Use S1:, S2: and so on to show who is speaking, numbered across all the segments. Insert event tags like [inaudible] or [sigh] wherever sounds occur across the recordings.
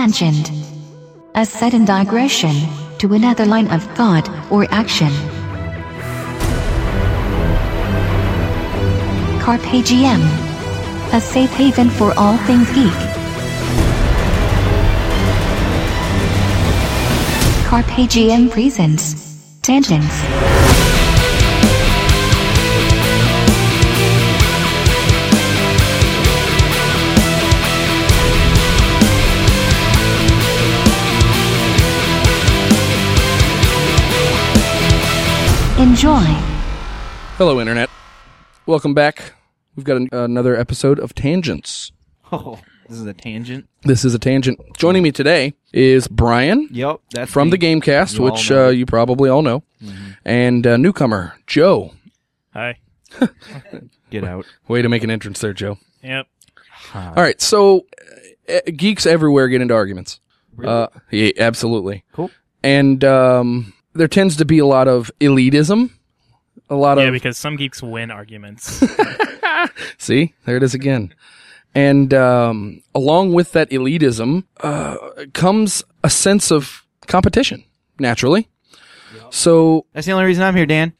S1: tangent. A sudden digression to another line of thought or action. Carpe GM. A safe haven for all things geek. Carpe GM presents Tangents. Enjoy.
S2: Hello, Internet. Welcome back. We've got an, another episode of Tangents.
S3: Oh, this is a tangent.
S2: This is a tangent. Joining me today is Brian
S3: Yep, that's
S2: from the
S3: me.
S2: Gamecast,
S3: You all
S2: which
S3: know. Mm-hmm.
S2: uh, you probably all know, and uh, newcomer Joe.
S4: Hi.
S3: Get out.
S2: Way to make an entrance there, Joe.
S4: Yep.
S2: All right, so uh, geeks everywhere get into arguments. Uh, yeah, absolutely.
S3: Cool.
S2: And um, there tends to be a lot of elitism. A lot
S4: Yeah,
S2: of
S4: because some geeks win arguments.
S2: See, there it is again. And um, along with that elitism uh, comes a sense of competition, naturally. So
S3: That's the only reason I'm here, Dan.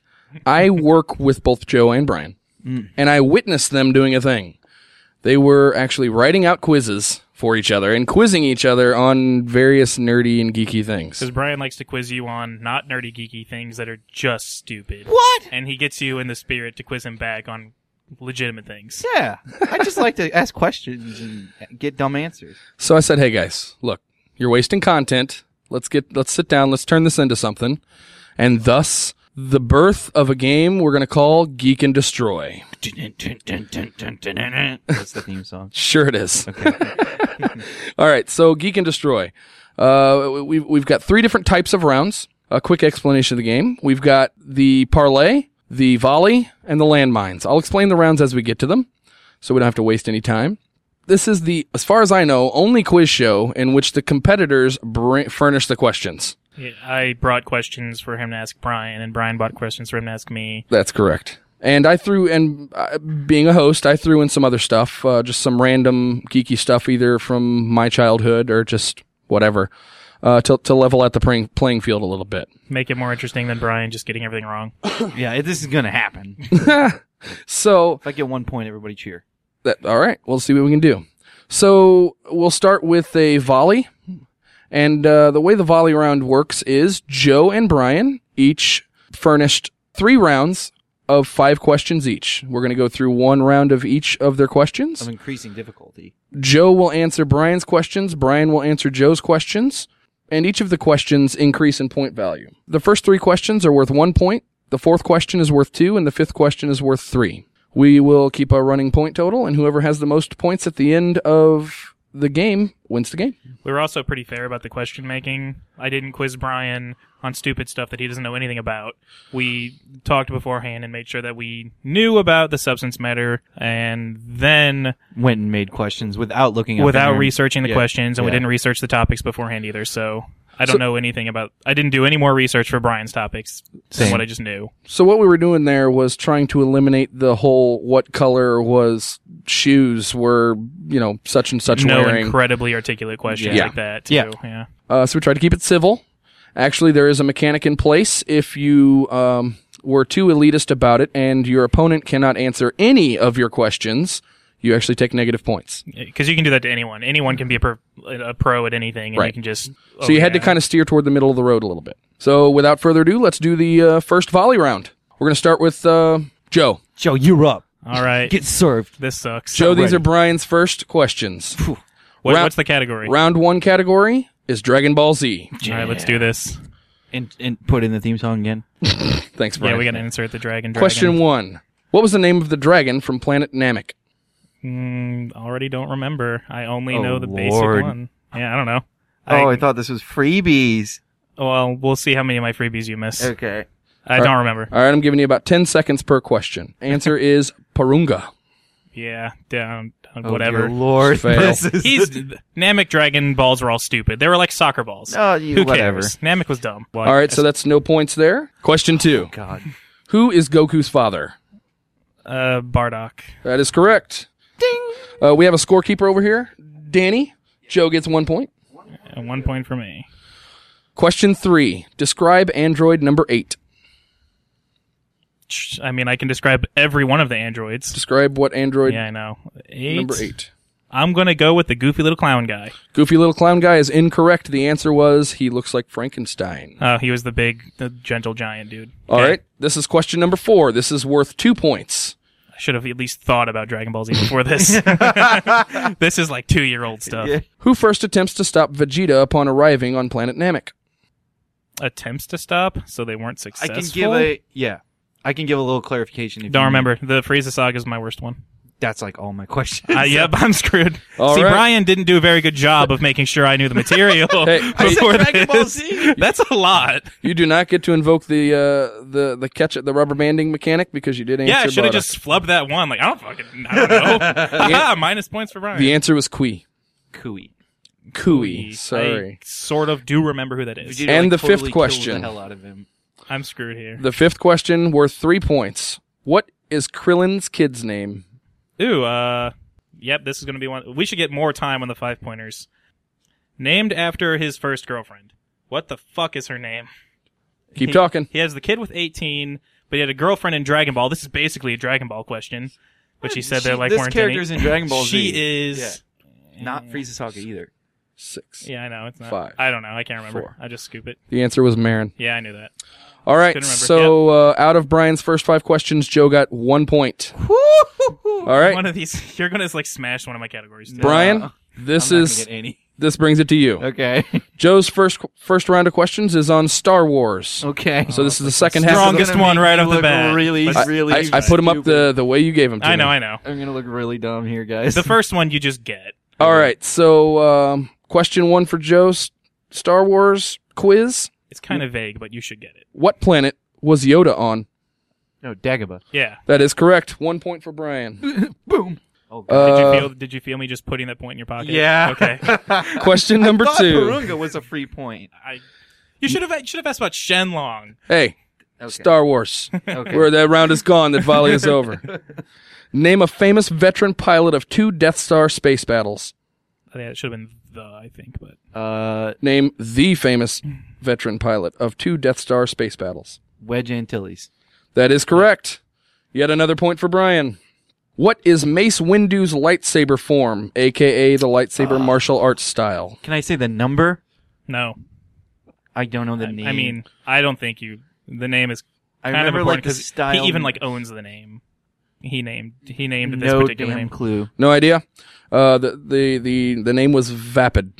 S2: I work with both Joe and Brian, and I witnessed them doing a thing. They were actually writing out quizzes for each other and quizzing each other on various nerdy and geeky things.
S4: Because Brian likes to quiz you on not nerdy geeky things that are just stupid.
S3: What?
S4: And he gets you in the spirit to quiz him back on legitimate things.
S3: Yeah, I just like to ask questions and get dumb answers.
S2: So I said, "Hey guys, look, you're wasting content. Let's get let's sit down. Let's turn this into something." And thus the birth of a game we're going to call Geek and Destroy.
S3: That's the theme song.
S2: Sure it is. [laughs] All right, so Geek and Destroy. Uh, we've, we've got three different types of rounds. A quick explanation of the game. We've got the parlay, the volley, and the landmines. I'll explain the rounds as we get to them, so we don't have to waste any time. This is the, as far as I know, only quiz show in which the competitors bring, furnish the questions.
S4: Yeah, I brought questions for him to ask Brian, and Brian brought questions for him to ask me.
S2: That's correct. And I threw, and uh, being a host, I threw in some other stuff, uh, just some random geeky stuff, either from my childhood or just whatever, uh, to, to level out the playing, playing field a little bit.
S4: Make it more interesting than Brian just getting everything wrong.
S3: Yeah, this is gonna happen. If
S2: So,
S3: I get one point, everybody cheer.
S2: that, all right, we'll see what we can do. So, we'll start with a volley. And uh, the way the volley round works is Joe and Brian each furnished three rounds of five questions each. We're going to go through one round of each of their questions.
S3: Of increasing difficulty.
S2: Joe will answer Brian's questions. Brian will answer Joe's questions. And each of the questions increase in point value. The first three questions are worth one point. The fourth question is worth two. And the fifth question is worth three. We will keep a running point total. And whoever has the most points at the end of the game wins the game.
S4: We were also pretty fair about the question making. I didn't quiz Brian on stupid stuff that he doesn't know anything about. We talked beforehand and made sure that we knew about the substance matter, and then
S3: Went and made questions without looking. Up
S4: without
S3: and-
S4: researching the
S3: Yeah.
S4: questions, and we
S3: Yeah.
S4: didn't research the topics beforehand either. So I don't know anything about. I didn't do any more research for Brian's topics
S3: Same.
S4: than what I just knew.
S2: So what we were doing there was trying to eliminate the whole what color was shoes were, you know, such and such
S4: no
S2: wearing.
S4: incredibly articulate questions
S2: Yeah.
S4: like that. Too.
S3: Yeah.
S4: yeah.
S2: Uh, so we tried to keep it civil. Actually, there is a mechanic in place if you um, were too elitist about it and your opponent cannot answer any of your questions, you actually take negative points.
S4: Because you can do that to anyone. Anyone can be a pro, a pro at anything, and
S2: Right.
S4: you can just.
S2: so you had to kind of steer toward the middle of the road a little bit. So without further ado, let's do the uh, first volley round. We're going to start with uh, Joe.
S3: Joe, you're up.
S4: All right.
S3: Get served.
S4: this sucks.
S2: Joe, these
S3: ready.
S2: are Brian's first questions.
S4: What-
S2: round-
S4: what's the category?
S2: round one category is Dragon Ball Z.
S4: All right, let's do this.
S3: And and put in the theme song again.
S2: Thanks, Brian.
S4: Yeah, we got to insert the dragon. dragon.
S2: Question one. What was the name of the dragon from Planet Namek?
S4: Mm, already don't remember. I only
S3: Oh,
S4: know the
S3: Lord.
S4: basic one. Yeah, I don't know.
S3: Oh,
S4: I-
S3: I thought this was freebies.
S4: Well, we'll see how many of my freebies you miss.
S3: Okay.
S4: I don't remember.
S2: All right, I'm giving you about 10 seconds per question.
S4: [laughs]
S2: Answer is Parunga.
S4: Yeah, down,
S3: Oh,
S4: whatever.
S3: dear Lord, [laughs]
S2: Fail.
S3: this is
S4: He's Namek Dragon balls were all stupid. They were like soccer balls.
S3: Oh, you-
S4: Who
S3: whatever.
S4: cares? Namek was dumb. Like,
S2: All right, so that's no points there. Question two.
S4: [laughs]
S3: God.
S2: Who is Goku's father?
S4: uh, Bardock.
S2: That is correct. Ding. Uh, we have a scorekeeper over here, Danny. Joe gets one point.
S4: All and one point for me.
S2: Question three Describe android number eight.
S4: Ch- I mean, I can describe every one of the androids.
S2: Describe what android
S4: Yeah, I know. Eight.
S2: number eight.
S4: I'm gonna go with the goofy little clown guy.
S2: Goofy little clown guy is incorrect. The answer was he looks like Frankenstein.
S4: Oh, he was the big, the gentle giant dude.
S2: All
S4: Okay.
S2: right. This is question number four. This is worth two points.
S4: I should have at least thought about Dragon Ball Z before
S3: [laughs]
S4: this. [laughs] this is like two year old stuff.
S3: Yeah.
S2: Who first attempts to stop Vegeta upon arriving on planet Namek?
S4: Attempts to stop, so they weren't
S3: I
S4: successful.
S3: can give a yeah. I can give a little clarification. If
S4: Don't
S3: you-
S4: remember. The Frieza saga is my worst one.
S3: That's like all my [laughs] questions.
S2: [laughs]
S4: Uh, yep, I'm screwed.
S2: All
S4: See,
S2: right.
S4: Brian didn't do a very good job of making sure I knew the
S2: [laughs]
S4: material [laughs]
S2: Hey, I
S4: before
S3: said Dragon Ball
S4: this.
S3: Z.
S4: [laughs] That's a lot.
S2: You do not get to invoke the uh, the the catch the rubber banding mechanic because you did answer.
S4: Yeah, I should
S2: Bardock.
S4: have just flubbed that one. Like I don't fucking, I don't
S2: [laughs]
S4: know. [laughs] Haha, Minus points for Brian.
S2: The answer was Kui.
S3: Cooey.
S2: Kui. Sorry.
S4: I sort of do remember who that is.
S3: Vegeta,
S2: And
S3: like,
S2: the fifth
S3: totally kills
S2: question.
S3: The hell out of him.
S4: I'm screwed here.
S2: The fifth question worth three points. What is Krillin's kid's name?
S4: Ooh, uh, yep, this is going to be one. We should get more time on the five pointers. Named after his first girlfriend. What the fuck is her name?
S2: Keep
S4: He-
S2: talking.
S4: He has the kid with 18, but he had a girlfriend in Dragon Ball. This is basically a Dragon Ball question, but she said there
S3: She-
S4: like
S3: this
S4: weren't
S3: character's
S4: any.
S3: in Dragon Ball
S4: she
S3: Z.
S4: is.
S3: Not Frieza Saga either.
S2: Six.
S4: Yeah, I know. It's not.
S2: Five.
S4: I don't know. I can't remember.
S2: Four.
S4: I just scoop it.
S2: The answer was Marin.
S4: Yeah, I knew that.
S2: All right.
S4: Couldn't remember.
S2: So uh, out of Brian's first five questions, Joe got one point. All right,
S4: One of these, [laughs] you're gonna like smash one of my categories. today.
S2: Brian. This
S3: I'm not gonna
S2: is
S3: get any.
S2: this brings it to you. [laughs]
S3: Okay.
S2: Joe's first first round of questions is on Star Wars.
S3: okay.
S2: So this is the second half. of the-
S4: strongest
S3: Uh, Gonna
S4: one
S3: make
S4: right
S3: you
S4: off the
S3: look
S4: bat.
S3: really,
S4: Let's-
S3: really
S2: I, I put him up the the way you gave him. To
S4: I
S2: me.
S4: know. I know.
S3: I'm gonna look really dumb here, guys.
S4: The first one you just get.
S2: All right. So, um, question one for Joe S- Star Wars quiz.
S4: It's kind of vague, but you should get it.
S2: What planet was Yoda on?
S3: no Dagobah.
S4: Yeah.
S2: That is correct. One point for Brian.
S3: Boom. Oh, God.
S4: Did
S2: Uh,
S4: you feel? Did you feel me just putting that point in your pocket?
S3: yeah.
S4: Uh,
S3: [laughs]
S2: [laughs]
S4: Okay.
S2: question number
S3: [laughs] I thought
S2: two.
S3: Purunga was a free point.
S4: I, you should have. You should have asked about Shenlong.
S2: Hey,
S3: Okay.
S2: Star
S3: [laughs]
S2: Wars.
S3: Okay.
S2: Where that round is gone, that volley is
S3: [laughs]
S2: over. Name a famous veteran pilot of two Death Star space battles.
S4: Oh, Yeah, it should have been the. I think, but
S3: Uh,
S2: Name the famous veteran pilot of two Death Star space battles.
S3: Wedge Antilles.
S2: That is correct. Yet another point for Brian. What is Mace Windu's lightsaber form, aka the lightsaber martial arts style?
S3: Can I say the number?
S4: no.
S3: I don't know the
S4: I,
S3: name.
S4: I mean, I don't think you. The name is
S3: I
S4: kind of
S3: remember
S4: important
S3: like the
S4: 'cause
S3: style.
S4: he even like owns the name. He named. He named this
S3: no
S4: particular
S3: damn
S4: name.
S3: clue.
S2: No idea. Uh, the, the the the name was Vapid.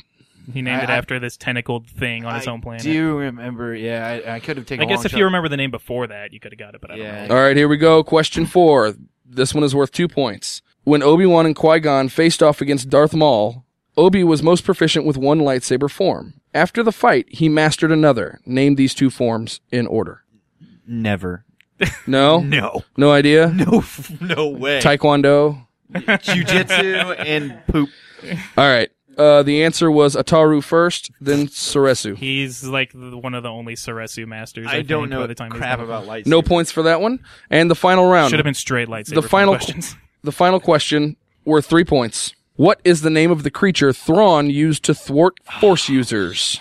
S4: He named
S3: I-
S4: it
S3: I-
S4: after this tentacled thing on his
S3: I
S4: own planet.
S3: do remember. Yeah, I, I could have taken.
S4: I
S3: a
S4: guess
S3: long
S4: if
S3: shot.
S4: you remember the name before that, you could have got it. But I don't
S3: Yeah.
S4: know.
S2: All right, here we go. Question four. This one is worth two points. When Obi Wan and Qui Gon faced off against Darth Maul, Obi was most proficient with one lightsaber form. After the fight, he mastered another. Name these two forms in order.
S4: [laughs]
S3: never.
S2: No,
S3: No.
S2: no idea.
S3: No. No way.
S2: Taekwondo.
S3: Jujitsu
S4: [laughs]
S3: and poop.
S2: All right. Uh, the answer was Ataru first, then Suresu.
S4: He's like the, one of the only Sarasu masters. I,
S3: I don't
S4: think,
S3: know
S4: by the time he's
S3: crap
S4: done.
S3: about lightsaber.
S2: No points for that one. And the final round.
S4: Should have been straight lightsaber.
S2: the final
S4: questions.
S2: The final question worth three points. What is the name of the creature Thrawn used to thwart Force users?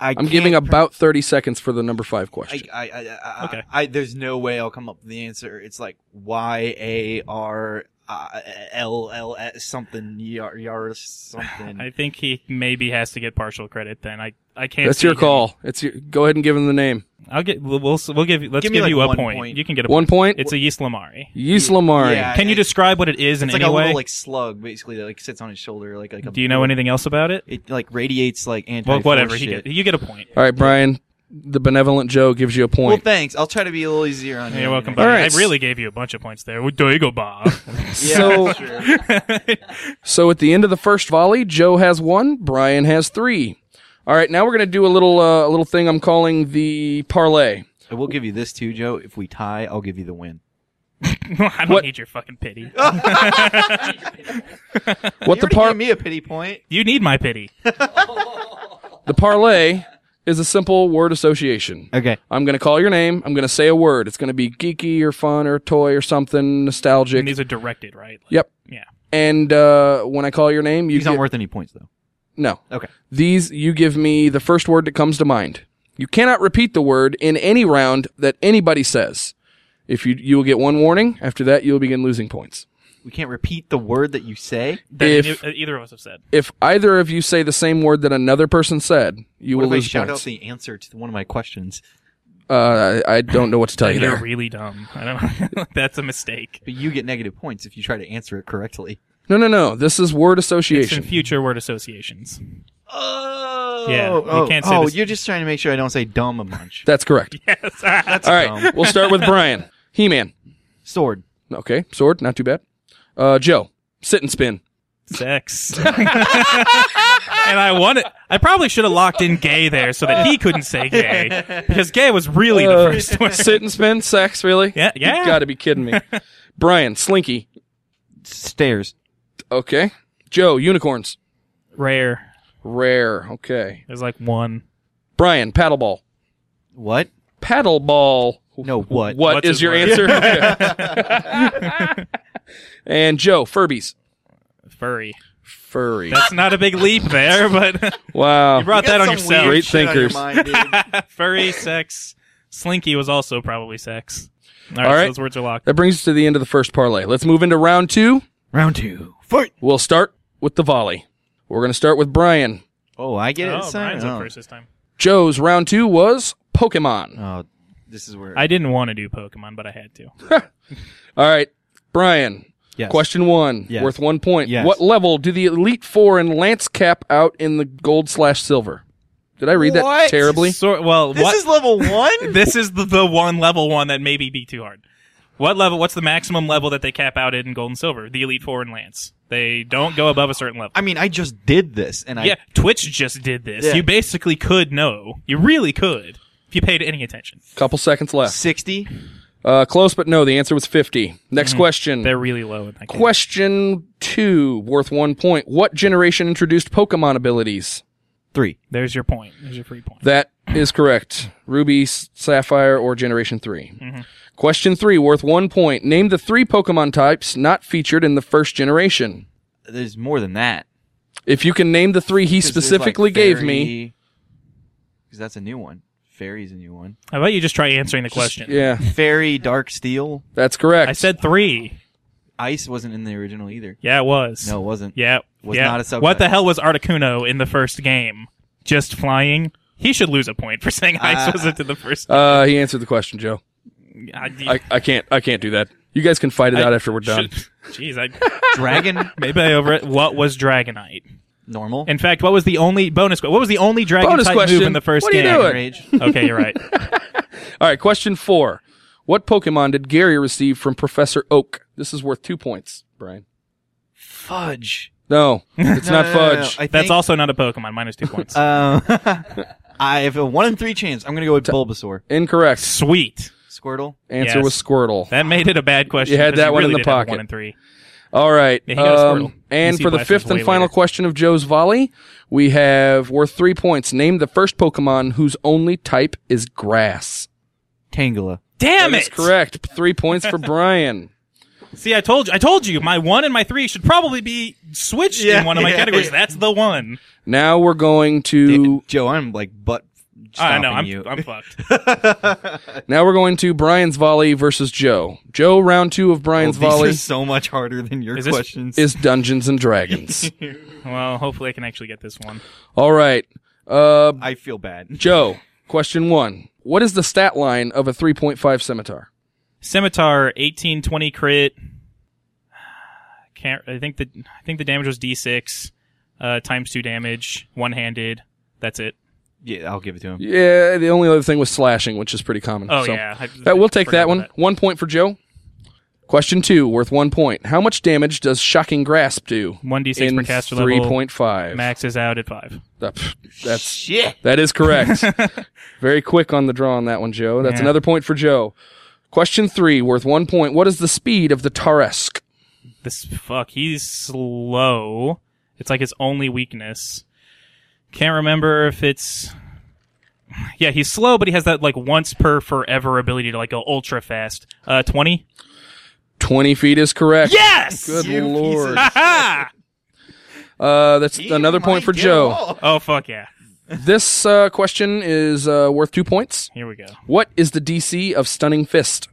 S3: I
S2: I'm
S3: can't
S2: giving about 30 seconds for the number five
S3: I,
S2: question.
S3: I, I, I- I,
S4: Okay.
S3: I, there's no way I'll come up with the answer. It's like Y A R uh, L L S something Yar Yar something.
S4: I think he maybe has to get partial credit. Then I, I can't.
S2: That's
S4: see
S2: your
S4: him.
S2: call. It's your, go ahead and give him the name.
S4: I'll get. We'll we'll, we'll give. you- Let's
S3: Give
S4: give,
S3: me, like,
S4: you a
S3: one
S4: point.
S3: point.
S4: You can get a
S2: One point.
S4: It's a Yislamari.
S2: Yislamari.
S3: Yeah,
S4: Can you
S3: I-
S4: describe what it is in
S3: It's like
S4: any
S3: a
S4: way?
S3: little like slug basically that like sits on his shoulder like like a.
S4: Do you know anything else about it?
S3: It like radiates like anti.
S4: Well, whatever. He
S3: Shit.
S4: get, you get a point.
S2: All right, Brian. The benevolent Joe gives you a
S3: well,
S2: point.
S3: thanks. I'll try to be a little easier on you.
S4: You're welcome.
S2: All
S4: buddy.
S2: right.
S4: I really gave you a bunch of points there. Well, There you
S2: [laughs]
S4: go, Bob. [laughs]
S2: so,
S3: Sure.
S2: [laughs] so at the end of the first volley, Joe has one, Brian has three. All right, now we're gonna do a little uh, a little thing I'm calling the parlay.
S3: I will give you this too, Joe. If we tie, I'll give you the win.
S4: I don't
S2: What-
S4: need your fucking
S3: [laughs]
S4: pity.
S3: Ah.
S2: What the
S3: already
S2: par
S3: gave me a pity point.
S4: You need
S2: [laughs]
S4: my pity.
S2: the parlay is a simple word association.
S3: Okay.
S2: I'm gonna call your name. I'm gonna say a word. It's gonna be geeky or fun or toy or something nostalgic.
S4: And these are directed, right? Like,
S2: yep.
S4: Yeah.
S2: And uh, when I call your name, you
S3: He's not
S2: get-
S3: worth any points though.
S2: No.
S3: Okay.
S2: These, you give me the first word that comes to mind. You cannot repeat the word in any round that anybody says. If you, you will get one warning. After that, you'll begin losing points.
S3: We can't repeat the word that you say.
S4: That
S2: If-
S4: any- uh, either of us have said.
S2: If either of you say the same word that another person said, you
S3: What
S2: will
S3: if I
S2: lose
S3: shout out
S2: points.
S3: the answer to one of my questions?
S2: uh, I, I don't know what to tell you
S4: You're
S2: there.
S4: really dumb. I don't. [laughs] know. That's a mistake.
S3: But you get negative points if you try to answer it correctly.
S2: No, no, no. This is word
S4: It's in
S2: association.
S4: future word associations.
S3: Oh,
S4: Yeah, you
S3: oh,
S4: can't say
S3: oh,
S4: this-
S3: you're just trying to make sure I don't say dumb a bunch.
S2: That's correct.
S4: Yes. Um.
S2: All right. We'll start with Brian. He Man.
S3: [laughs] Sword.
S2: Okay. Sword. Not too bad. Uh, Joe. Sit and spin.
S4: [laughs] sex. and I wanted. I probably should have locked in gay there so that he couldn't say gay because gay was really
S3: Uh,
S4: the first one.
S2: Sit and spin. Sex. Really?
S4: Yeah, yeah.
S2: You gotta be kidding
S4: [laughs]
S2: me. Brian. Slinky.
S3: Stairs.
S2: Okay. Joe. Unicorns.
S4: Rare.
S2: Rare. Okay.
S4: There's like one.
S2: Brian. Paddleball.
S3: What?
S2: Paddleball.
S3: No,
S2: what
S3: what?
S4: What's
S2: is
S4: his
S2: your
S4: word?
S2: answer?
S4: [laughs]
S2: Okay. and Joe. Furbies.
S4: Furry.
S2: Furry.
S4: That's not a big leap there, but [laughs]
S2: wow.
S4: you brought that on
S3: Got some weird
S2: Great
S4: yourself.
S3: shit on your
S2: thinkers.
S3: mind, dude.
S4: [laughs] Furry, sex. Slinky was also probably sex. All right,
S2: All right.
S4: So those words are locked.
S2: That brings us to the end of the first parlay. Let's move into round two.
S3: Round two. Fight.
S2: We'll start with the volley. We're going to start with Brian.
S3: Oh, I get it.
S4: Oh,
S3: son?
S4: Brian's
S3: Oh.
S4: up first this time.
S2: Joe's round two was Pokemon.
S3: Oh, this is where.
S4: I didn't want to do Pokemon, but I had to.
S2: All right, Brian.
S3: Yes.
S2: Question one,
S3: Yes.
S2: worth one point.
S3: Yes.
S2: What level do the Elite Four and Lance cap out in the gold slash silver? Did I read that
S3: What?
S2: terribly?
S4: So, well,
S3: This
S4: what?
S3: is
S4: [laughs]
S3: level one.
S4: this is the, the one level one that maybe be too hard. What level? What's the maximum level that they cap out at in Gold and Silver? The Elite Four and Lance. They don't go above a certain level.
S3: I mean, I just did this, and I
S4: yeah, Twitch just did this.
S3: Yeah.
S4: You basically could know. You really could if you paid any attention.
S2: Couple seconds left.
S3: sixty.
S2: Uh, close, but no. The answer was 50. Next
S3: Mm-hmm.
S2: question.
S4: They're really low in that game.
S2: Question two, worth one point. What generation introduced Pokemon abilities?
S3: Three.
S4: There's your point. There's your free point.
S2: That is correct. Ruby, S- Sapphire, or Generation 3.
S3: Mm-hmm.
S2: Question 3, worth one point. Name the three Pokemon types not featured in the first generation.
S3: There's more than that.
S2: If you can name the three he
S3: 'Cause there's,
S2: specifically
S3: like,
S2: gave
S3: fairy-
S2: me.
S3: 'cause that's a new one. Fairy's a new one.
S4: How about you just try answering the question?
S2: Yeah,
S3: Fairy, dark steel,
S2: that's correct.
S4: I said three.
S3: ice wasn't in the original either.
S4: Yeah, it was.
S3: No, it wasn't.
S4: Yeah.
S3: Was
S4: yeah.
S3: not a subtype.
S4: What the hell was Articuno in the first game? Just flying. He should lose a point for saying ice
S3: Uh,
S4: wasn't in the first.
S2: uh, he answered the question, Joe. I, I can't I can't do that. You guys can fight it out after we're done.
S4: Jeez, I [laughs]
S3: Dragon,
S4: maybe I over it. What was Dragonite?
S3: normal.
S4: In fact, what was the only bonus? What was the only Dragon
S2: Bonus
S4: type
S2: question.
S4: move in the first
S2: What are you
S4: game?
S2: doing?
S3: Rage.
S4: Okay,
S2: [laughs]
S4: you're right.
S2: All right, question 4. What Pokemon did Gary receive from Professor Oak? This is worth 2 points, Brian.
S3: Fudge.
S4: [laughs]
S2: No, it's
S3: No,
S2: not
S3: no, no, no, no.
S2: fudge.
S3: I
S4: That's
S3: think,
S4: also not a Pokemon. Minus two
S2: [laughs]
S4: points.
S2: Uh,
S3: Um, [laughs] I have a one in three chance. I'm gonna go with Bulbasaur.
S2: Incorrect.
S4: Sweet.
S3: Squirtle.
S2: Answer
S4: Yes.
S2: was Squirtle.
S4: That made it a bad question.
S2: You had
S4: because
S2: that one in
S4: really
S2: the
S4: did have
S2: pocket.
S4: One and three.
S2: All right.
S4: Yeah, he got a
S2: um,
S4: Squirtle.
S2: and
S4: DC
S2: for the
S4: Blast
S2: fifth
S4: was
S2: and
S4: way
S2: final
S4: later.
S2: question of Joe's volley, we have worth three points. Name the first Pokemon whose only type is grass.
S3: Tangela.
S4: Damn
S2: That's
S4: it!
S2: correct. Three points
S4: [laughs]
S2: for Brian.
S4: See, I told you. I told you. My one and my three should probably be switched in one of my
S3: yeah,
S4: categories.
S3: yeah.
S4: That's the one.
S2: Now we're going to
S3: Joe, I'm like butt.
S4: I
S3: Stomping
S4: know. I'm,
S3: you.
S2: [laughs]
S4: I'm fucked.
S2: now we're going to Brian's volley versus Joe. Joe round two of
S3: Well,
S2: Brian's
S4: Oh,
S3: these
S2: volley
S3: are so much harder than your
S4: Is this-
S2: [laughs]
S3: questions.
S2: is Dungeons and
S4: [laughs]
S2: Dragons.
S4: Well, hopefully I can actually get this one.
S2: All right. Uh,
S3: I feel bad.
S2: Joe, question one. What is the stat line of a 3.5 scimitar?
S4: Scimitar, eighteen twenty crit. Can't. I think the I think the damage was d6, uh, times two damage, one handed. That's it.
S3: Yeah, I'll give it to him.
S2: Yeah, the only other thing was slashing, which is pretty common.
S4: Oh
S2: so.
S4: yeah, I,
S2: Uh, we'll take
S4: forgot
S2: that
S4: about
S2: one. One point for Joe. Question two, worth one point. How much damage does Shocking Grasp do?
S4: One d6 per
S2: in
S4: caster
S2: three
S4: level.
S2: point five.
S4: Maxes out at five.
S2: Uh, pff, that's
S3: Shit.
S2: that is
S4: [laughs]
S2: correct. Very quick on the draw on that one, Joe. That's
S4: Yeah.
S2: another point for Joe. Question three, worth one point. What is the speed of the Tauresk?
S4: This fuck. He's slow. It's like his only weakness. Can't remember if it's. Yeah, he's slow, but he has that like once per forever ability to like go ultra fast. Uh, twenty.
S2: Twenty feet is correct.
S4: Yes.
S2: Good
S3: You piece of [laughs]
S2: lord.
S4: Ha ha!
S2: Uh, that's
S3: He
S2: another point
S3: might
S2: for
S3: get
S2: Joe.
S3: all.
S4: Oh fuck yeah!
S2: This uh, question is uh, worth two points.
S4: Here we go.
S2: What is the DC of Stunning Fist?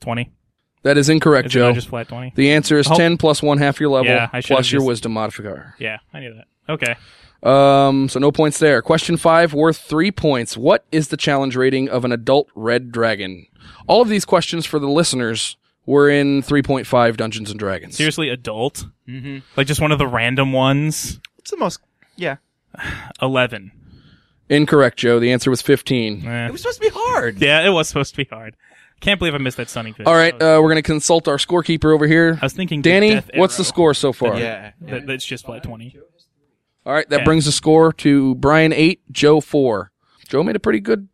S4: Twenty.
S2: That is incorrect,
S4: Is it
S2: Joe.
S4: not just flat twenty?
S2: the answer is
S4: Oh.
S2: 10 plus one half your level
S4: Yeah, I should've
S2: plus your
S4: just-
S2: wisdom modifier.
S4: Yeah, I knew that. Okay.
S2: Um, so no points there. Question five, worth three points. What is the challenge rating of an adult red dragon? All of these questions for the listeners were in 3.5 Dungeons and Dragons.
S4: Seriously, adult. Mm-hmm. Like just one of the random ones.
S3: It's the most. Yeah,
S4: Eleven.
S2: Incorrect, Joe. The answer was 15.
S4: Eh.
S3: it was supposed to be hard.
S4: Yeah, it was supposed to be hard. Can't believe I missed that stunning fist.
S2: All right, uh, we're going to consult our scorekeeper over here.
S4: I was thinking. Big
S2: Danny,
S4: Death
S2: what's the
S4: Arrow.
S2: score so far?
S3: Yeah.
S4: That, that's just flat twenty.
S2: All right, that
S4: Okay.
S2: brings the score to Brian 8, Joe 4. Joe made a pretty good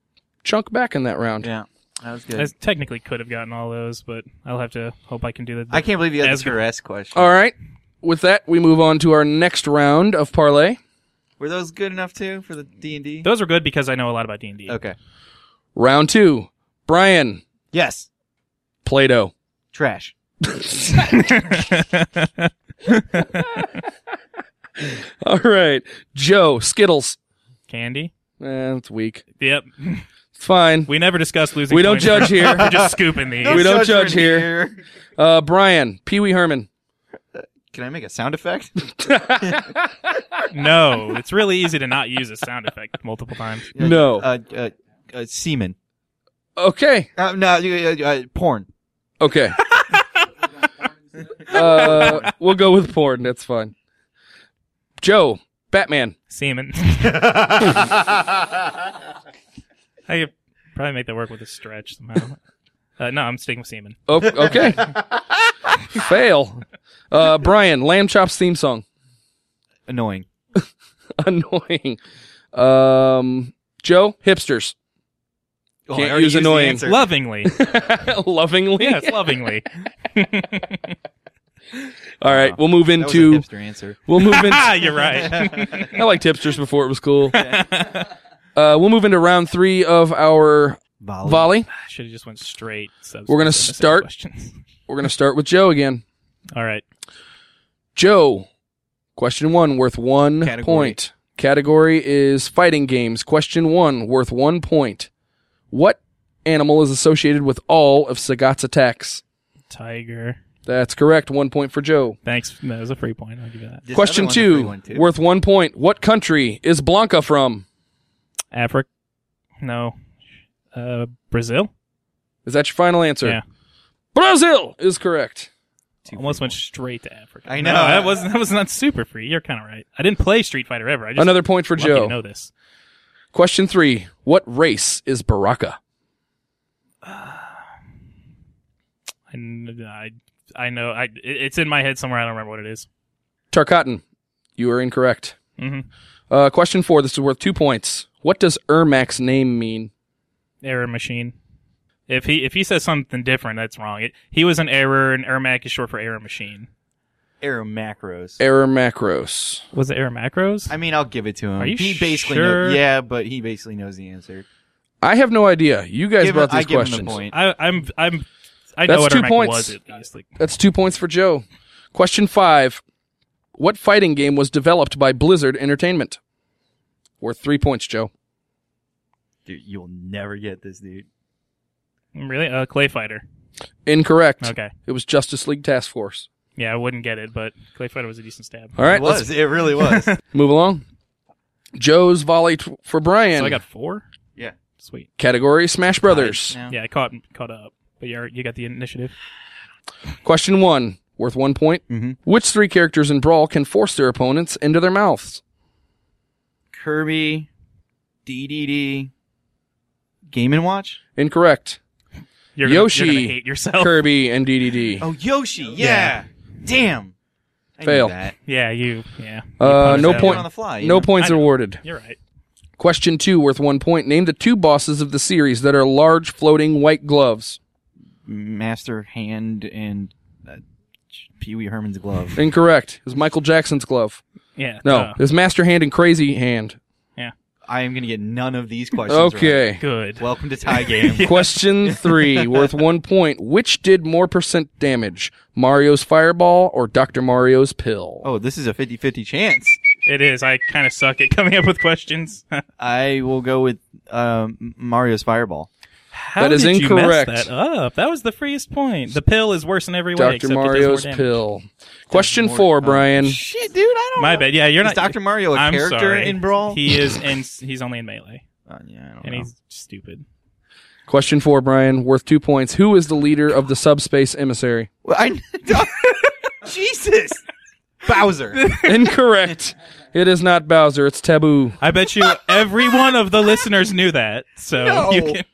S2: chunk back in that round.
S3: Yeah, that was good.
S4: I technically could have gotten all those, but I'll have to hope I can do that.
S3: I can't believe you had
S4: That's
S3: the duress question.
S2: All right, with that, we move on to our next round of parlay.
S3: Were those good enough too for the D and D?
S4: Those are good because I know a lot about D and D.
S2: Uh,
S3: Okay.
S2: Round 2. Brian,
S3: Yes.
S2: Play Doh.
S3: Trash.
S2: [laughs] All right, Joe, Skittles.
S4: Candy.
S2: Eh, it's weak.
S4: Yep. [laughs]
S2: It's fine.
S4: We never discuss losing.
S2: We don't
S4: coins.
S2: judge here.
S4: [laughs] We're just scooping these.
S2: [laughs] We don't
S3: judgment
S2: judge here. Uh, Brian, Pee Wee Herman.
S3: Can I make a sound effect?
S4: No, it's really easy to not use a sound effect multiple times.
S2: [laughs] No.
S3: Uh, uh, uh, semen.
S2: Okay,
S3: Uh, no, uh, uh, porn. [laughs]
S2: okay. uh, we'll go with porn. That's fine. Joe, Batman.
S3: [laughs]
S4: Semen. I could probably make that work with a stretch somehow. Uh, no, I'm sticking with semen.
S2: Oh,
S3: [laughs]
S2: okay. Fail. Uh, Brian, Lamb Chop's theme song. [laughs]
S3: Annoying.
S2: Annoying. Um, Joe, hipsters. [laughs]
S3: Oh, I
S2: Can't
S3: already
S2: use
S3: used the
S2: annoying.
S3: answer.
S4: Lovingly.
S2: Lovingly. [laughs]
S4: yes, lovingly.
S2: All right, we'll move
S3: That was a
S2: into.
S3: hipster answer.
S2: We'll move
S3: [laughs]
S2: into.
S4: ah, you're
S2: [laughs]
S4: right. [laughs]
S2: I liked hipsters before it was cool. Uh, we'll move into round three of our
S3: Volley.
S2: volley.
S4: Should have just went straight. substance
S2: We're gonna
S4: and missing
S2: start-
S4: questions.
S2: We're going to start with Joe again.
S4: [laughs] All right.
S2: Joe, question one, worth one
S3: Category.
S2: point. Category is fighting games. Question one, worth one point. What animal is associated with all of Sagat's attacks?
S4: Tiger.
S2: That's correct. One point for Joe.
S4: Thanks. That was a free point. I'll give you that.
S3: This
S2: question
S3: other one's a free
S2: two,
S3: one, too.
S2: worth one point. What country is Blanca from?
S4: Africa. No. Uh, Brazil.
S2: Is that your final answer?
S4: Yeah.
S2: Brazil is correct.
S3: Two
S4: Almost
S3: free
S4: went straight to Africa.
S3: I know.
S4: No, that was that was not super free. You're kind of right. I didn't play Street Fighter ever. I just
S2: Another point for
S4: lucky
S2: Joe.
S4: To know this.
S2: Question three, what race is Baraka?
S4: I, kn- I, I know. I it- it's in my head somewhere. I don't remember what it is.
S2: Tarkatan, you are incorrect.
S4: Mhm.
S3: Mm-hmm.
S2: Uh, question four. This is worth two points. What does Ermac's name mean?
S4: Error machine. If he if he says something different, that's wrong. It, he was an error, and Ermac is short for error machine.
S3: Arrow macros.
S2: Error macros.
S4: Was it error macros?
S3: I mean, I'll give it to him.
S4: Are you
S3: he basically
S4: sure?
S3: know- yeah, but he basically knows the answer.
S2: I have no idea. You guys
S3: Give him,
S2: brought
S3: I
S2: these
S3: give
S2: questions.
S3: him the point.
S4: I, I'm I'm I
S2: That's
S4: know what
S2: two
S4: Ermac
S2: points.
S4: was at least. Like,
S2: That's two points for Joe. Question five. What fighting game was developed by Blizzard Entertainment? Worth three points, Joe.
S3: Dude, you'll never get this, dude.
S4: really, uh, clay fighter.
S2: Incorrect.
S4: Okay.
S2: It was Justice League Task Force.
S4: Yeah, I wouldn't get it, but clay fighter was a decent stab.
S2: All right,
S3: it was.
S2: let's
S3: It
S2: [laughs]
S3: really was.
S2: move along. Joe's volley t- for Brian.
S4: So I got four.
S3: Yeah.
S4: Sweet.
S2: Category Smash Brothers.
S3: No.
S4: Yeah, I caught caught up. But you you got the initiative.
S2: Question one, worth one point.
S3: Mhm.
S2: Which three characters in Brawl can force their opponents into their mouths?
S3: Kirby, DDD, Game and Watch.
S2: Incorrect.
S4: You're gonna-
S2: Yoshi.
S4: you're gonna hate yourself.
S2: Kirby and DDD.
S3: Oh, Yoshi.
S4: Yeah.
S3: Yeah. Damn. I knew
S2: Fail.
S3: that.
S4: Yeah, you. Yeah. You
S2: Uh,
S4: punished
S2: no
S4: that
S2: point.
S4: one.
S3: on the fly, you
S2: no
S3: know.
S2: points
S4: I know.
S2: awarded.
S4: You're right.
S2: Question two, worth one point. Name the two bosses of the series that are large floating white gloves.
S3: Master Hand and uh, Pee Wee Herman's glove.
S2: Incorrect. It was Michael Jackson's glove.
S4: Yeah.
S2: No,
S4: uh,
S2: it was Master Hand and Crazy Hand.
S3: I am going to get none of these questions.
S2: Okay.
S4: [laughs] Good.
S3: right. Welcome to tie
S4: [laughs]
S3: game.
S2: Question three, worth one point. Which did more percent damage, Mario's Fireball or Dr. Mario's Pill?
S3: Oh, this is a 50-50 chance.
S4: It is. I kind of suck at coming up with questions. [laughs]
S3: I will go with um, Mario's Fireball.
S4: How
S2: That is
S4: did
S2: incorrect.
S4: You mess that up. That was the freest point. The pill is worse in every way.
S2: Dr.
S4: except it does more
S2: Mario's
S4: damage.
S2: Pill. Question
S3: more-
S2: four,
S3: oh,
S2: Brian.
S3: Shit, dude, I don't.
S4: My
S3: know.
S4: bad. Yeah, you're
S3: Is
S4: not
S3: Dr. Mario a
S4: I'm
S3: character
S4: sorry.
S3: in Brawl?
S4: He is, and he's only in melee,
S3: Uh, yeah, I don't
S4: and
S3: know.
S4: he's stupid.
S2: Question four, Brian, worth two points. Who is the leader of the subspace
S4: [laughs]
S2: emissary?
S3: Well, I, [laughs] Jesus, Bowser.
S2: Incorrect. It is not Bowser. It's Taboo.
S4: I bet you every one of the listeners knew that. So
S3: No.
S4: you can.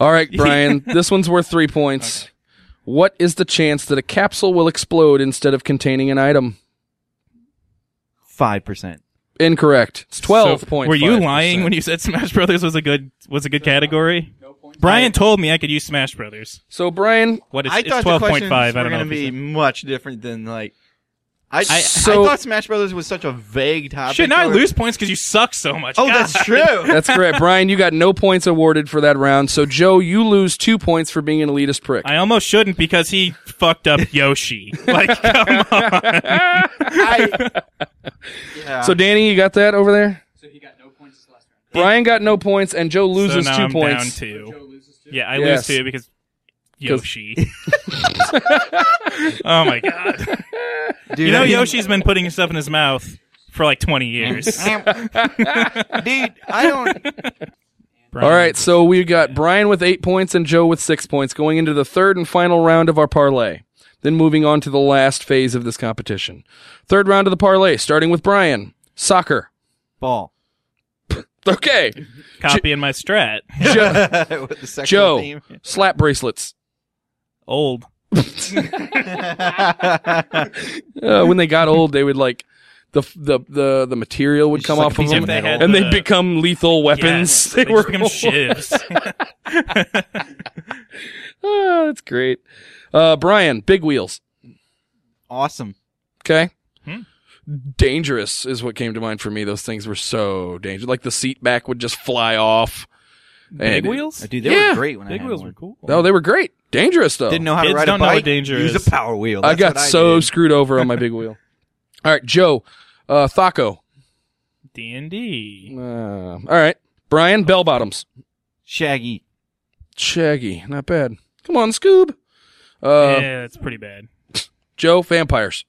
S2: All right,
S4: [laughs]
S2: Brian, this one's worth three points. What is the chance that a capsule will explode instead of containing an item?
S3: Five percent.
S2: Incorrect. It's [laughs] twelve
S4: So,
S2: points.
S4: Were you lying when you said Smash Brothers was a good was a good category? Brian told me I could use Smash Brothers.
S2: So, Brian,
S4: What is
S3: I
S4: it's
S3: thought
S4: twelve
S3: the
S4: point
S3: questions
S4: five? I
S3: were
S4: don't know.
S3: going
S4: if
S3: to
S4: he
S3: be
S4: said-
S3: much different than like. I, I,
S2: so-
S3: thought Smash Brothers was such a vague topic.
S4: Shit, now I
S3: or-
S4: lose points because you suck so much.
S3: Oh,
S4: God.
S3: that's true.
S2: that's correct. Brian, you got no points awarded for that round. So, Joe, you lose two points for being an elitist prick.
S4: I almost shouldn't because he fucked
S2: [laughs]
S4: up Yoshi. Like, come on.
S3: I,
S2: [laughs]
S3: yeah.
S2: So, Danny, you got that over there? So he got no points last round. Brian got no points, and Joe loses
S4: so now
S2: 2
S4: I'm
S2: points.
S4: Down two. Yeah, I
S2: Yes.
S4: lose two because
S2: [laughs]
S4: Yoshi. oh my god!
S3: dude,
S4: [laughs] You know
S3: I didn't-
S4: Yoshi's been putting stuff in his mouth for like twenty
S2: Mm-hmm.
S4: years.
S3: dude, I don't.
S4: [laughs]
S2: All right, so we got Brian with eight points and Joe with six points going into the third and final round of our parlay. Then moving on to the last phase of this competition. Third round of the parlay, starting with Brian. Soccer.
S3: Ball. [laughs]
S2: Okay.
S4: Copying my strat.
S2: Joe,
S3: With the sexual
S2: Joe
S3: [laughs] theme.
S2: slap bracelets.
S4: Old.
S2: Uh, when they got old, they would like the the the, the material would
S3: It's
S2: come
S3: just like
S2: off
S3: a
S2: of
S3: piece
S2: them,
S3: of
S2: and
S3: metal.
S4: Uh,
S2: they'd become lethal weapons. [laughs]
S4: Yes,
S2: they
S4: just
S2: were
S4: become
S2: old.
S4: shivs.
S2: [laughs] Ah, that's great. Uh, Brian, big wheels.
S3: Awesome.
S2: Okay.
S4: Hmm.
S2: Dangerous is what came to mind for me. Those things were so dangerous. Like the seat back would just fly off.
S4: Big
S2: And-
S4: wheels.
S3: Dude, they
S2: Yeah.
S3: were great when I
S4: Big
S3: had
S4: wheels
S3: one.
S4: were cool.
S2: No, they were great. Dangerous though.
S3: Didn't know how
S4: Kids
S3: to ride
S4: don't
S3: a
S4: know
S3: bike.
S4: what danger
S3: Use
S4: is.
S3: a power wheel.
S2: I
S3: That's
S2: got
S3: what
S2: so
S3: did.
S2: screwed over on my big
S3: [laughs]
S2: wheel. All right, Joe, uh, Thaco.
S4: D and D.
S2: Uh, all right, Brian, bell bottoms.
S3: shaggy.
S2: Shaggy, not bad. Come on, Scoob. Uh,
S4: Yeah, that's pretty bad.
S2: Joe, vampires.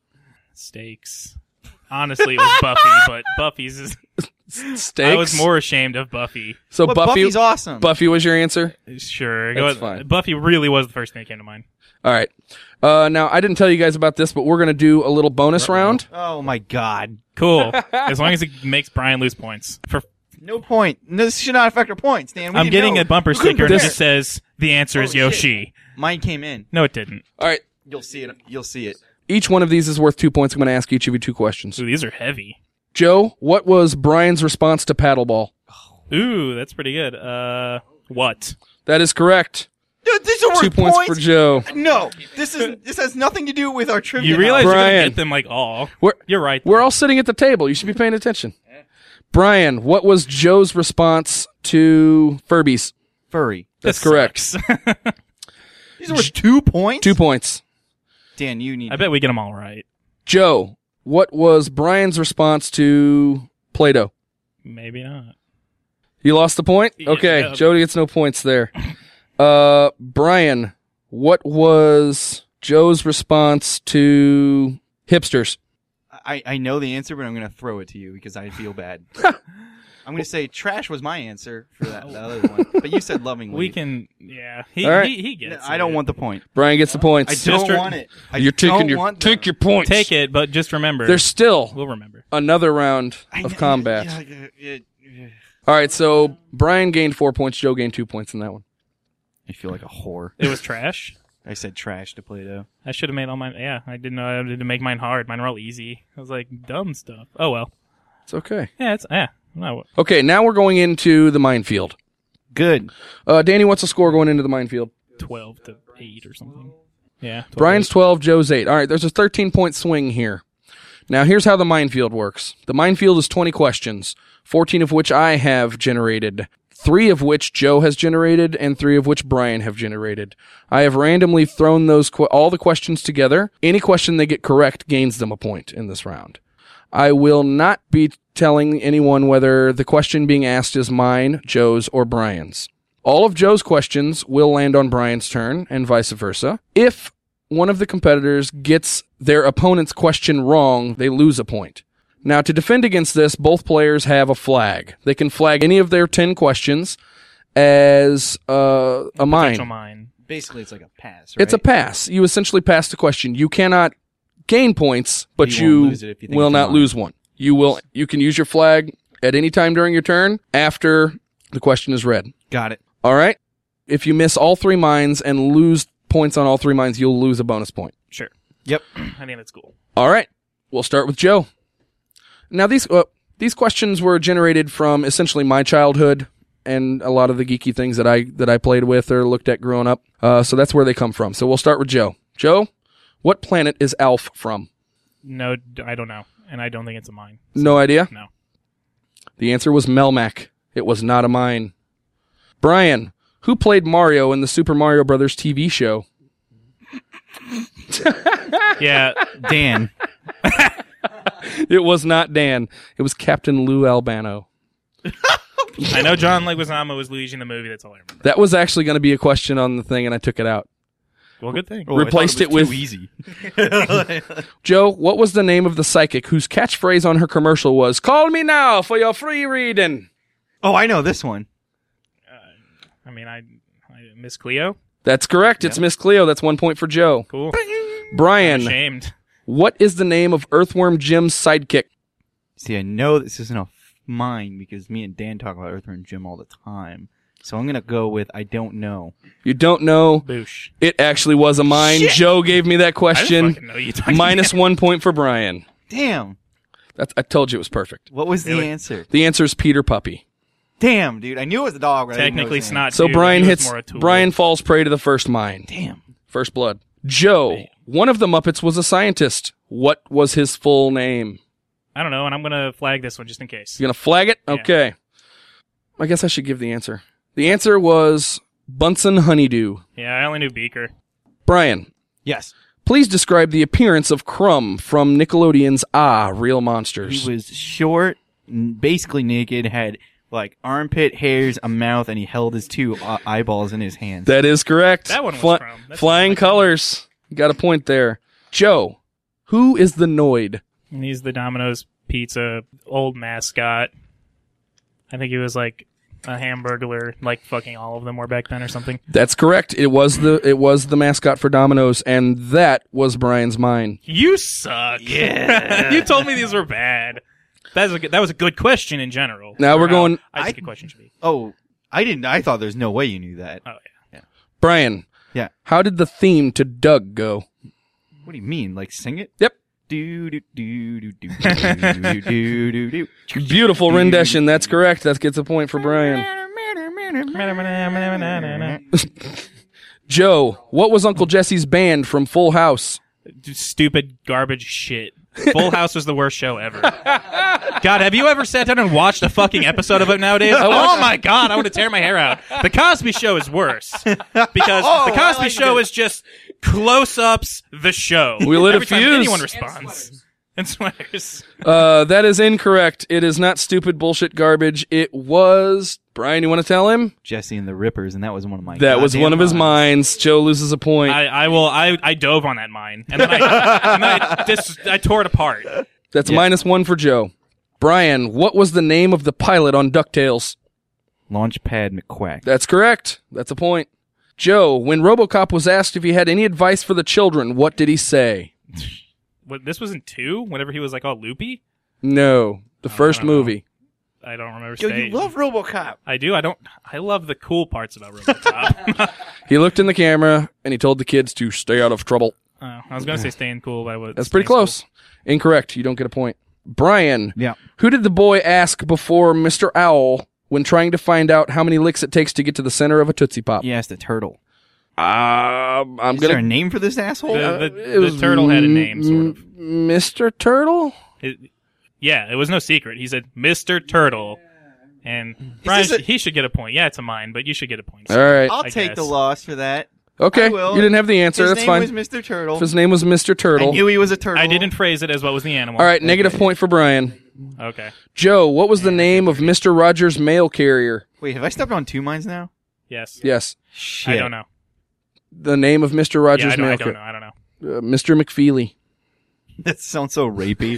S4: Stakes. Honestly, it was Buffy, but Buffy's. Is,
S2: Stakes.
S4: I was more ashamed of Buffy.
S2: so
S3: But
S2: Buffy.
S3: Buffy's awesome.
S2: Buffy was your answer.
S4: Sure,
S2: That's
S4: go with-
S2: fine.
S4: Buffy really was the first thing that came to mind.
S2: All right. Uh, now I didn't tell you guys about this, but we're gonna do a little bonus round.
S3: oh my god. [laughs]
S4: Cool. as long as it makes Brian lose points. For
S3: No point. No, this should not affect our points, Dan. We
S4: I'm
S3: didn't
S4: getting
S3: know.
S4: a bumper
S3: We couldn't
S4: sticker that
S3: prepare.
S4: just says the answer is
S3: shit.
S4: Yoshi.
S3: Mine came in.
S4: No, it didn't.
S2: All right.
S3: You'll see it. You'll see it.
S2: Each one of these is worth two points. I'm going to ask each of you two questions.
S4: Ooh, these are heavy.
S2: Joe, what was Brian's response to paddleball?
S4: Ooh, that's pretty good. Uh, what?
S2: That is correct.
S3: Dude, these are
S2: Two
S3: worth
S2: points, for Joe.
S3: No, this is this has nothing to do with our trivia.
S4: You realize
S3: knowledge.
S4: you're gonna
S2: Brian.
S4: get them like all.
S2: We're
S4: You're right.
S2: we're all sitting at the table. You should be paying attention. Brian, what was Joe's response to Furbies?
S3: furry.
S2: That's
S4: This
S2: correct.
S4: sucks.
S3: These are worth two points.
S2: Two points.
S3: Dan, you need.
S4: I bet we get them all right.
S2: Joe, what was Brian's response to Plato?
S4: Maybe not.
S2: You lost the point?
S4: Yeah,
S2: Okay.
S4: yeah.
S2: Joe gets no points there. Uh Brian, what was Joe's response to hipsters?
S3: I I know the answer, but I'm gonna throw it to you because I feel bad. I'm gonna say trash was my answer for that the other one, but you said lovingly.
S4: We can. Yeah. He
S2: All right.
S4: he, he
S3: No,
S4: gets.
S3: I don't
S4: it.
S3: want the point.
S2: Brian gets the
S3: Uh, I
S2: points.
S3: don't
S4: Sister-
S3: want it. I
S2: You're taking
S3: don't
S2: your
S3: want
S2: take your points.
S4: Take it, but just remember.
S2: There's still
S4: We'll remember.
S2: another round
S3: I
S2: of
S3: know-
S2: combat.
S3: yeah, yeah, yeah.
S2: All right, so Brian gained four points. Joe gained two points in that one.
S3: I feel like a whore.
S4: It was trash.
S3: I said trash to Play-Doh.
S4: I should have made all mine. Yeah, I didn't know I had to make mine hard. Mine were all easy. I was like dumb stuff. Oh well.
S2: It's okay.
S4: Yeah, it's yeah. No,
S2: Okay, now we're going into the minefield.
S3: Good.
S2: Uh, Danny, what's the score going into the minefield?
S4: twelve to eight or something. Yeah. 12
S2: Brian's 12, Joe's 8. All right, there's a 13 point swing here. Now, here's how the minefield works the minefield is 20 questions, 14 of which I have generated, three of which Joe has generated, and three of which Brian have generated. I have randomly thrown those que- all the questions together. Any question they get correct gains them a point in this round. I will not be telling anyone whether the question being asked is mine, Joe's, or Brian's. All of Joe's questions will land on Brian's turn and vice versa. If one of the competitors gets their opponent's question wrong, they lose a point. Now, to defend against this, both players have a flag. They can flag any of their 10 questions as uh, a
S4: Potential
S2: mine.
S4: mine.
S3: Basically, it's like a pass.
S2: It's a pass.
S3: pass.
S2: You essentially pass the question. You cannot gain points, but
S3: you won't
S2: you,
S3: lose it if you think
S2: will
S3: it's a
S2: not
S3: mine.
S2: lose one. You will. You can use your flag at any time during your turn after the question is read.
S3: Got it.
S2: All right. If you miss all three mines and lose points on all three mines, you'll lose a bonus point.
S4: Sure.
S3: Yep.
S4: I think that's cool.
S2: All right. We'll start with Joe. Now these uh, these questions were generated from essentially my childhood and a lot of the geeky things that I that I played with or looked at growing up. Uh, so that's where they come from. So we'll start with Joe. Joe, what planet is Alf from?
S4: No, d- I don't know, and I don't think it's a mine.
S2: No idea.
S4: No.
S2: The answer was Melmac. It was not a mine. Brian, who played Mario in the Super Mario Brothers TV show?
S4: Yeah,
S3: Dan.
S2: It was not Dan. It was Captain Lou Albano.
S4: I know John Leguizamo was Luigi in the movie. That's all I remember.
S2: That was actually going to be a question on the thing, and I took it out.
S4: Well, good thing.
S3: Oh, I thought
S2: Replaced it with-
S3: was too easy.
S2: Joe, what was the name of the psychic whose catchphrase on her commercial was "Call me now for your free reading"?
S3: [laughs] oh, I know this one.
S4: I mean, I, I Miss Cleo.
S2: That's correct. It's Miss Cleo. That's one point for Joe.
S4: Cool.
S2: Brian,
S4: Shamed.
S2: what is the name of Earthworm Jim's sidekick?
S3: See, I know this isn't a f- mine because me and Dan talk about Earthworm Jim all the time. So I'm gonna go with I don't know.
S2: You don't know.
S4: Boosh.
S2: It actually was a mine. Joe gave me that
S4: I didn't
S2: question.
S4: fucking [laughs] know you talking
S2: Minus one point for Brian.
S3: Damn.
S2: That's, I told you it was perfect.
S3: What was the
S4: Really?
S3: answer?
S2: The answer is Peter Puppy.
S3: Damn, dude. I knew it was a dog. But I didn't know
S4: Technically,
S3: his name.
S4: snot.
S2: So
S4: too,
S2: Brian
S4: he was
S2: hits.
S4: more a tool.
S2: Brian falls prey to the first mine.
S3: Damn.
S2: First Blood. Joe, one of the Muppets was a scientist. What was his full name?
S4: I don't know, and I'm gonna flag this one just in case.
S2: You gonna flag it?
S4: Yeah.
S2: Okay. I guess I should give the answer. The answer was Bunsen Honeydew.
S4: Yeah, I only knew Beaker.
S2: Brian,
S3: Yes.
S2: please describe the appearance of Crumb from Nickelodeon's Ah Real Monsters.
S3: He was short, n- basically naked, had like armpit hairs, a mouth, and he held his two uh, eyeballs in his hands.
S2: that is correct.
S4: That one was Crumb. That's
S2: Flying
S4: like-
S2: colors. Got a point there. Joe, who is the Noid?
S4: And he's the Domino's Pizza old mascot. I think he was like a hamburglar, like fucking all of them were back then or something.
S2: That's correct. It was the it was the mascot for Domino's, and that was Brian's mine.
S4: You suck. Yeah. [laughs] you told me these were bad. That's a good, that was a good question in general.
S2: Now we're
S4: Or how
S2: going-
S4: I think
S3: I-
S4: a question should be.
S3: oh, I didn't. I thought there's no way you knew that.
S4: Oh yeah.
S2: Brian.
S3: Yeah.
S2: How did the theme to Doug go?
S3: What do you mean? Like sing it?
S2: Yep.
S3: Do do do do do do do do do do.
S2: Beautiful rendition. That's correct. That gets a point for Brian. Joe, what was Uncle Jesse's band from Full House?
S4: Stupid garbage shit. Full House was the worst show ever. God, have you ever sat down and watched a fucking episode of it nowadays? oh my god, I want to tear my hair out. The Cosby Show is worse because
S3: I
S4: the Cosby
S3: like
S4: Show is just close-ups. The show.
S2: We lit a
S4: Every time
S2: fuse.
S4: anyone responds. And sweaters.
S2: Uh, that is incorrect. It is not stupid bullshit garbage. It was Brian. You want to tell him
S3: Jesse and the Rippers, and that was one of my.
S2: that was
S3: goddamn uh,
S2: one of his
S3: mines.
S2: minds. Joe loses a point.
S4: I, I will. I, I dove on that mine, and then I, and then I, dis, I tore it apart.
S2: That's minus one for Joe. Brian, what was the name of the pilot on Ducktales?
S3: Launchpad McQuack.
S2: That's correct. That's a point. Joe, when RoboCop was asked if he had any advice for the children, what did he say?
S4: What, this wasn't two. Whenever he was like all loopy,
S2: No, the first
S4: don't know.
S2: movie.
S4: I don't remember.
S3: Yo,
S4: state.
S3: you love RoboCop.
S4: I do. I don't. I love the cool parts
S3: [laughs]
S4: about RoboCop.
S2: He looked in the camera and he told the kids to stay out of trouble.
S4: Oh, I was gonna say staying cool, but I was.
S2: That's pretty close. Incorrect. You don't get a point. Brian,
S3: Yeah.
S2: who did the boy ask before Mr. Owl when trying to find out how many licks it takes to get to the center of a Tootsie Pop?
S3: Yes, the turtle.
S2: Um, I'm
S3: Is
S2: gonna.
S3: there a name for this asshole?
S4: The-
S2: Uh,
S4: the-
S2: it
S4: the
S2: was
S4: turtle had a
S2: M-
S4: name, sort
S2: Mm-hmm.
S4: of.
S2: Mr. Turtle.
S4: It- yeah, it was no secret. He said, "Mr. Turtle," and Brian,
S3: this a-
S4: he should get a point. Yeah, it's a mine, but you should get a point.
S2: All right.
S3: I'll
S4: I
S3: take
S4: guess.
S3: the loss for that.
S2: Okay.
S3: I will.
S2: You didn't have the answer.
S3: His
S2: That's fine.
S3: name was Mr. Turtle.
S2: If his name was Mr.
S3: I
S2: Turtle.
S3: knew he was a turtle.
S4: I didn't phrase it as what was the animal.
S2: All right. Negative point for Brian.
S4: Okay.
S2: Joe, what was the name of Mr. Rogers' mail carrier?
S3: Wait, have I stepped on two mines now?
S4: Yes.
S2: Yes.
S3: Shit.
S4: I don't know.
S2: The name of Mr.
S4: Yeah,
S2: Rogers'
S4: I don't, I
S2: mail
S4: don't know.
S2: carrier.
S4: I don't know.
S2: Uh, Mr. McFeely.
S3: [laughs] That sounds so rapey.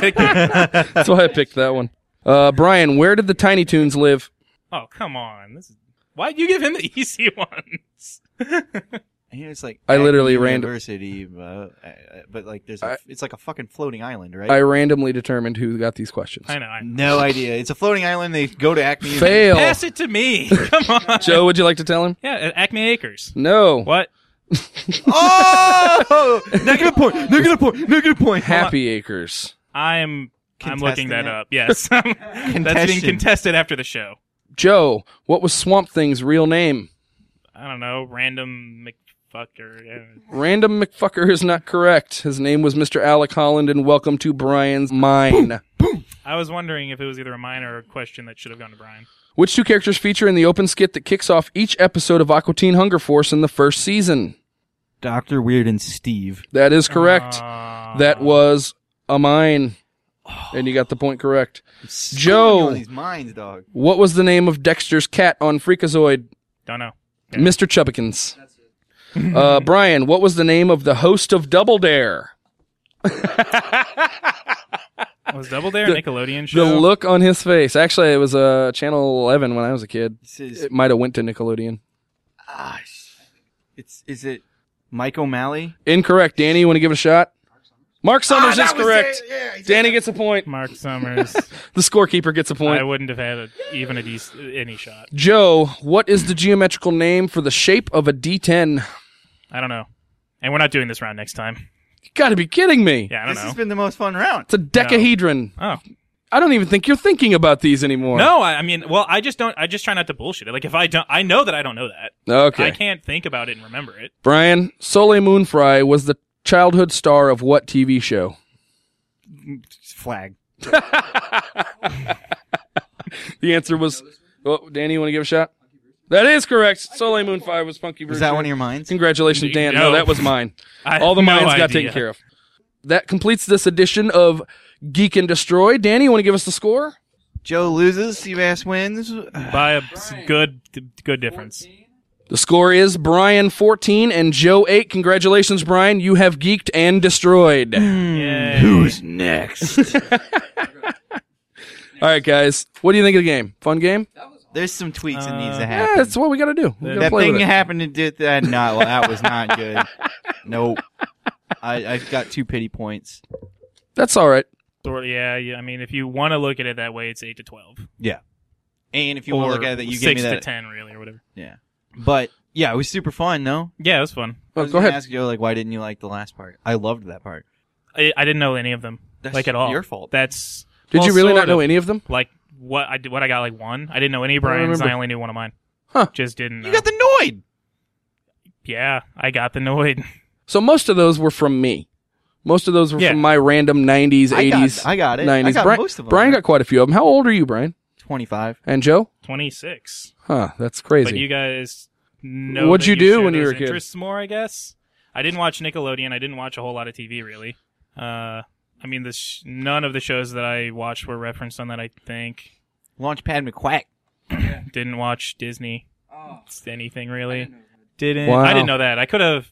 S2: [laughs] That's why I picked that one. Uh, Brian, where did the Tiny Toons live?
S4: Oh, come on. This is... Why'd you give him the [laughs] easy ones?
S3: And it's like
S2: I literally ran to-
S3: university, but, uh, but like there's a,
S2: I-
S3: it's like a fucking floating island, right?
S2: I randomly determined who got these questions.
S4: I know. I...
S3: no idea. It's a floating island. They go to Acme. and-
S2: Fail.
S4: Pass it to me. [laughs] Come on.
S2: Joe, would you like to tell him?
S4: Yeah, at Acme Acres.
S2: No.
S4: What?
S3: [laughs]
S2: [laughs]
S3: Oh, negative point. Negative point. Negative point.
S2: Happy Acres.
S4: I'm I'm
S3: Contesting
S4: looking
S3: it?
S4: that up. Yes. [laughs] That's being
S3: Contested.
S4: contested after the show.
S2: Joe, what was Swamp Thing's real name?
S4: I don't know. Random McFucker. yeah.
S2: Random McFucker is not correct. His name was Mr. Alec Holland, and welcome to Brian's Mine.
S4: I was wondering if it was either a mine or a question that should have gone to Brian.
S2: Which two characters feature in the open skit that kicks off each episode of Aqua Teen Hunger Force in the first season?
S3: Doctor Weird and Steve.
S2: That is correct.
S4: Uh,
S2: that was a mine. And you got the point correct. Joe.
S3: All these mines, dog.
S2: What was the name of Dexter's cat on Freakazoid?
S4: Don't know.
S2: Mr. Chubbikins. [laughs] Uh, Brian, what was the name of the host of Double Dare?
S4: Was Double Dare a Nickelodeon show?
S2: The look on his face. Actually, it was uh, Channel 11 when I was a kid.
S3: This is
S2: It might have went to Nickelodeon.
S3: ah, sh- it's is it Mike O'Malley?
S2: Incorrect. Danny, you want to give it a shot? Mark Summers
S3: Ah,
S2: is
S3: that was
S2: correct.
S3: it. Yeah, exactly.
S2: Danny gets a point.
S4: Mark Summers.
S2: The scorekeeper gets a point.
S4: I wouldn't have had a, even a dec- any shot.
S2: Joe, what is the geometrical name for the shape of a D10?
S4: I don't know. And we're not doing this round next time.
S2: You gotta be kidding me.
S4: Yeah, I don't
S3: This has
S4: know.
S3: been the most fun round.
S2: It's a decahedron.
S4: Oh
S2: I don't even think you're thinking about these anymore.
S4: no! I, I mean, well, I just don't. I just try not to bullshit it. Like if I don't, I know that I don't know that. I
S2: Okay.
S4: can't think about it and remember it.
S2: Brian, Soleil Moon Fry was the childhood star of what TV show?
S3: Flag.
S2: The answer was. Well, Danny, you want to give a shot? That is correct. Soleil Moon Fry was Punky Brewster.
S3: Was that one of your mines?
S2: Congratulations, Dan.
S4: No.
S2: No, that was mine.
S4: [laughs] I
S2: All the
S4: have no
S2: mines got
S4: idea.
S2: taken care of. That completes this edition of Geek and Destroy. Danny, you want to give us the score?
S3: Joe loses. Seabass wins.
S4: by a s- good good difference.
S2: The score is Brian 14 and Joe 8. Congratulations, Brian. You have geeked and destroyed.
S3: Hmm.
S2: All
S4: Yay.
S3: Who's next?
S2: right, guys. What do you think of the game? Fun game?
S3: [laughs] There's some tweaks that needs to
S2: Yeah,
S3: happen.
S2: that's what we got to do. We gotta
S3: that
S2: play
S3: thing
S2: with it.
S3: happened and did that. No, that was not good. nope. I, I got two pity points.
S2: That's all right.
S4: Sort of- yeah, yeah, I mean, if you want to look at it that way, it's eight to twelve,
S3: Yeah. And if you
S4: or
S3: want to look at it, you
S4: six
S3: gave me that.
S4: to ten, really, or whatever.
S3: Yeah. But yeah, it was super fun. No.
S4: Yeah, it was fun.
S3: I
S2: Well,
S3: was
S2: Oh, go
S3: gonna
S2: ahead.
S3: Ask Joe like, why didn't you like the last part? I loved that part.
S4: I, I didn't know any of them,
S3: That's
S4: like at all.
S3: your fault.
S4: That's
S2: Did
S4: well,
S2: you really
S4: sort
S2: not know
S4: of.
S2: any of them?
S4: Like what I did, what I got like one. I didn't know any Brian's.
S2: remember.
S4: I, only knew one of mine.
S2: Huh.
S4: Just didn't.
S3: You
S4: know.
S3: got the Noid.
S4: yeah, I got the Noid. [laughs]
S2: So most of those were from me. Most of those were
S4: Yeah.
S2: from my random 90s,
S3: I got-
S2: 80s,
S3: I got it. I
S2: 90s.
S3: got
S2: Brian,
S3: most of 'em.
S2: Brian got quite a few of them. How old are you, Brian?
S3: Twenty five.
S2: And Joe?
S4: Twenty six.
S2: Huh, that's crazy.
S4: But you guys know
S2: What'd
S4: that
S2: you do
S4: share
S2: when you
S4: those
S2: were a kid?
S4: Interests more, I guess. I didn't watch Nickelodeon. I didn't watch a whole lot of TV really. Uh, I mean, this sh- none of the shows that I watched were referenced on that. I think
S3: Launchpad McQuack.
S4: didn't watch Disney. Anything really? Didn't.
S2: Wow.
S4: I didn't know that. I could have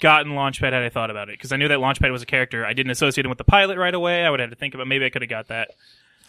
S4: gotten Launchpad had I thought about it because I knew that Launchpad was a character. I didn't associate him with the pilot right away. I would have to think about maybe I could have got that.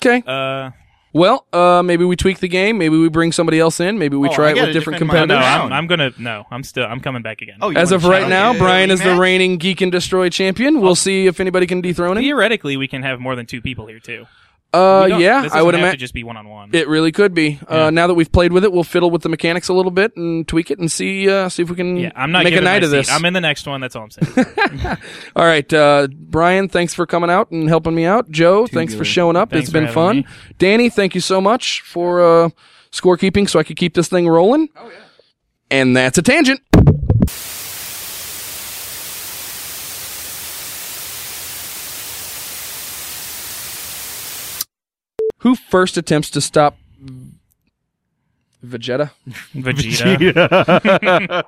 S2: okay.
S4: Uh,
S2: Well, uh, maybe we tweak the game. Maybe we bring somebody else in. Maybe we
S3: Oh,
S2: try
S3: I
S2: it
S3: gotta
S2: with different
S3: defend my-
S2: competitors.
S4: no,
S3: Round.
S4: I'm, I'm gonna no. I'm still I'm coming back again.
S3: Oh, you
S2: As
S3: wanna
S2: of right
S3: shout
S2: now,
S3: out
S2: Brian is the
S3: rematch?
S2: reigning Geek and Destroy champion.
S4: Oh.
S2: We'll see if anybody can dethrone him.
S4: theoretically we can have more than two people here too.
S2: Uh,
S4: We don't-
S2: yeah,
S4: this
S2: I would
S4: doesn't have to
S2: imagine
S4: just be one on one.
S2: it really could be. Uh, now that we've played with it, we'll fiddle with the mechanics a little bit and tweak it and see uh, see if we can
S4: Yeah, I'm not
S2: make a
S4: giving
S2: night
S4: my
S2: of this.
S4: seat. I'm in the next one. That's all
S2: [laughs]
S4: I'm saying.
S2: All right, uh, Brian, thanks for coming out and helping me out. Joe, thanks for showing up.
S4: Thanks
S2: it's
S4: for
S2: been
S4: having
S2: fun.
S4: me.
S2: Danny, thank you so much for uh, scorekeeping so I could keep this thing rolling. Oh yeah. And that's a tangent. Who first attempts to stop Vegeta?
S4: Vegeta.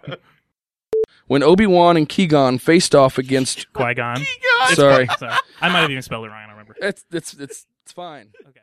S2: When Obi Wan and Qui-Gon faced off [laughs] against.
S4: Qui Gon.
S2: Sorry,
S4: I might have even spelled it wrong. I don't remember.
S2: it's it's it's it's fine.
S4: Okay.